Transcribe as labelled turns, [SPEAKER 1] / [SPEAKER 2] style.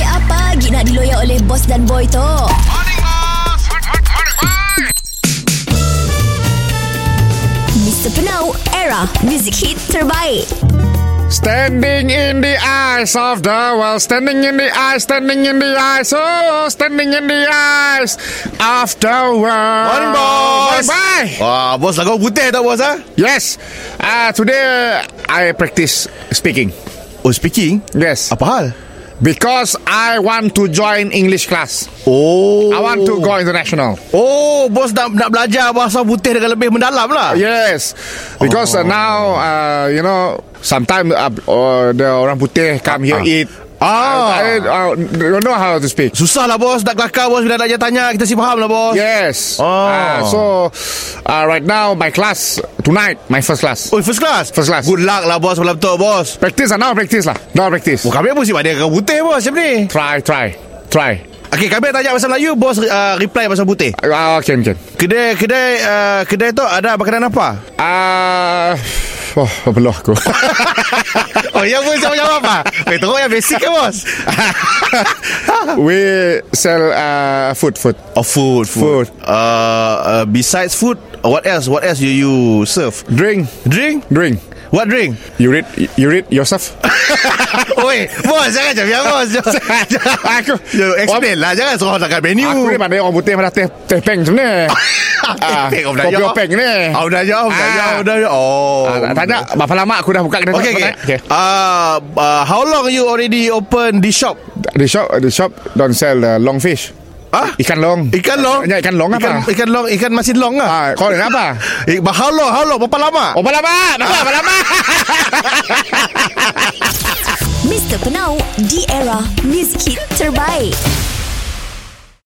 [SPEAKER 1] lagi nak diloyak oleh bos dan boy tu? Mr. Penau, era music hit terbaik.
[SPEAKER 2] Standing in the eyes of the world, standing in the eyes, standing in the eyes, oh, standing in the eyes of the world.
[SPEAKER 3] Morning, boss.
[SPEAKER 2] Bye bye.
[SPEAKER 3] Wah, bos lagu putih tak bos ah?
[SPEAKER 2] Yes, uh, today I practice speaking.
[SPEAKER 3] Oh, speaking.
[SPEAKER 2] Yes,
[SPEAKER 3] Apa hal?
[SPEAKER 2] because I want to join English class.
[SPEAKER 3] Oh.
[SPEAKER 2] I want to go international.
[SPEAKER 3] Oh, bos nak nak belajar bahasa putih dengan lebih mendalam lah.
[SPEAKER 2] Yes, because uh, now
[SPEAKER 3] Oh.
[SPEAKER 2] uh, you know sometimes uh, uh, the orang putih come here
[SPEAKER 3] Ah.
[SPEAKER 2] eat.
[SPEAKER 3] Ah.
[SPEAKER 2] I, I uh, don't know how to speak.
[SPEAKER 3] Susah lah bos Nak kelakar bos Bila nak je tanya Kita si faham lah bos
[SPEAKER 2] Yes.
[SPEAKER 3] Oh.
[SPEAKER 2] Uh, so uh, right now my class tonight my first class.
[SPEAKER 3] Oh first class
[SPEAKER 2] First class.
[SPEAKER 3] Good luck lah bos Malam tu bos
[SPEAKER 2] Practice lah now practice lah. Now practice.
[SPEAKER 3] Oh kami pun si ada Kau putih bos macam ni
[SPEAKER 2] Try try try.
[SPEAKER 3] Okay kami tanya pasal Melayu Bos uh, reply pasal putih
[SPEAKER 2] Uh, okay okay.
[SPEAKER 3] Kedai Kedai uh, Kedai tu ada makanan apa
[SPEAKER 2] Ah, uh, oh belah aku.
[SPEAKER 3] Oh yang pun siapa jawab apa Eh teruk yang basic ke bos
[SPEAKER 2] We sell uh, food food.
[SPEAKER 3] Oh food Food,
[SPEAKER 2] Food.
[SPEAKER 3] Uh, uh, Besides food What else What else you, you serve
[SPEAKER 2] Drink
[SPEAKER 3] Drink
[SPEAKER 2] drink.
[SPEAKER 3] What drink
[SPEAKER 2] You read you read yourself.
[SPEAKER 3] Oi Bos
[SPEAKER 2] ya,
[SPEAKER 3] jangan macam yang bos
[SPEAKER 2] aku
[SPEAKER 3] Yo, explain lah Jangan suruh dekat menu
[SPEAKER 2] Aku ni pandai orang putih Mana teh teh peng macam ni
[SPEAKER 3] Oh,
[SPEAKER 2] Ah,
[SPEAKER 3] Teh peng, dah
[SPEAKER 2] Kopi
[SPEAKER 3] jawab.
[SPEAKER 2] openg ni
[SPEAKER 3] Oh dah jawab Dah
[SPEAKER 2] Ah.
[SPEAKER 3] jawab Dah jawab Oh
[SPEAKER 2] Ah, tak- Tak ada Berapa lama aku dah buka kedai
[SPEAKER 3] Okay,
[SPEAKER 2] tu,
[SPEAKER 3] okay.
[SPEAKER 2] aku tanya.
[SPEAKER 3] Uh, uh, how long you already open this shop?
[SPEAKER 2] The shop The shop Don't sell uh, long fish
[SPEAKER 3] Ah?
[SPEAKER 2] Ikan long
[SPEAKER 3] Ikan long?
[SPEAKER 2] Ya, ikan long apa?
[SPEAKER 3] Ikan, ikan long, ikan masih long
[SPEAKER 2] Ah,
[SPEAKER 3] lah.
[SPEAKER 2] Kau nak apa
[SPEAKER 3] Eh, but how long, how long? Berapa lama?
[SPEAKER 2] Oh lama Nampak berapa lama
[SPEAKER 1] Mr. Penau, di era music hit terbaik.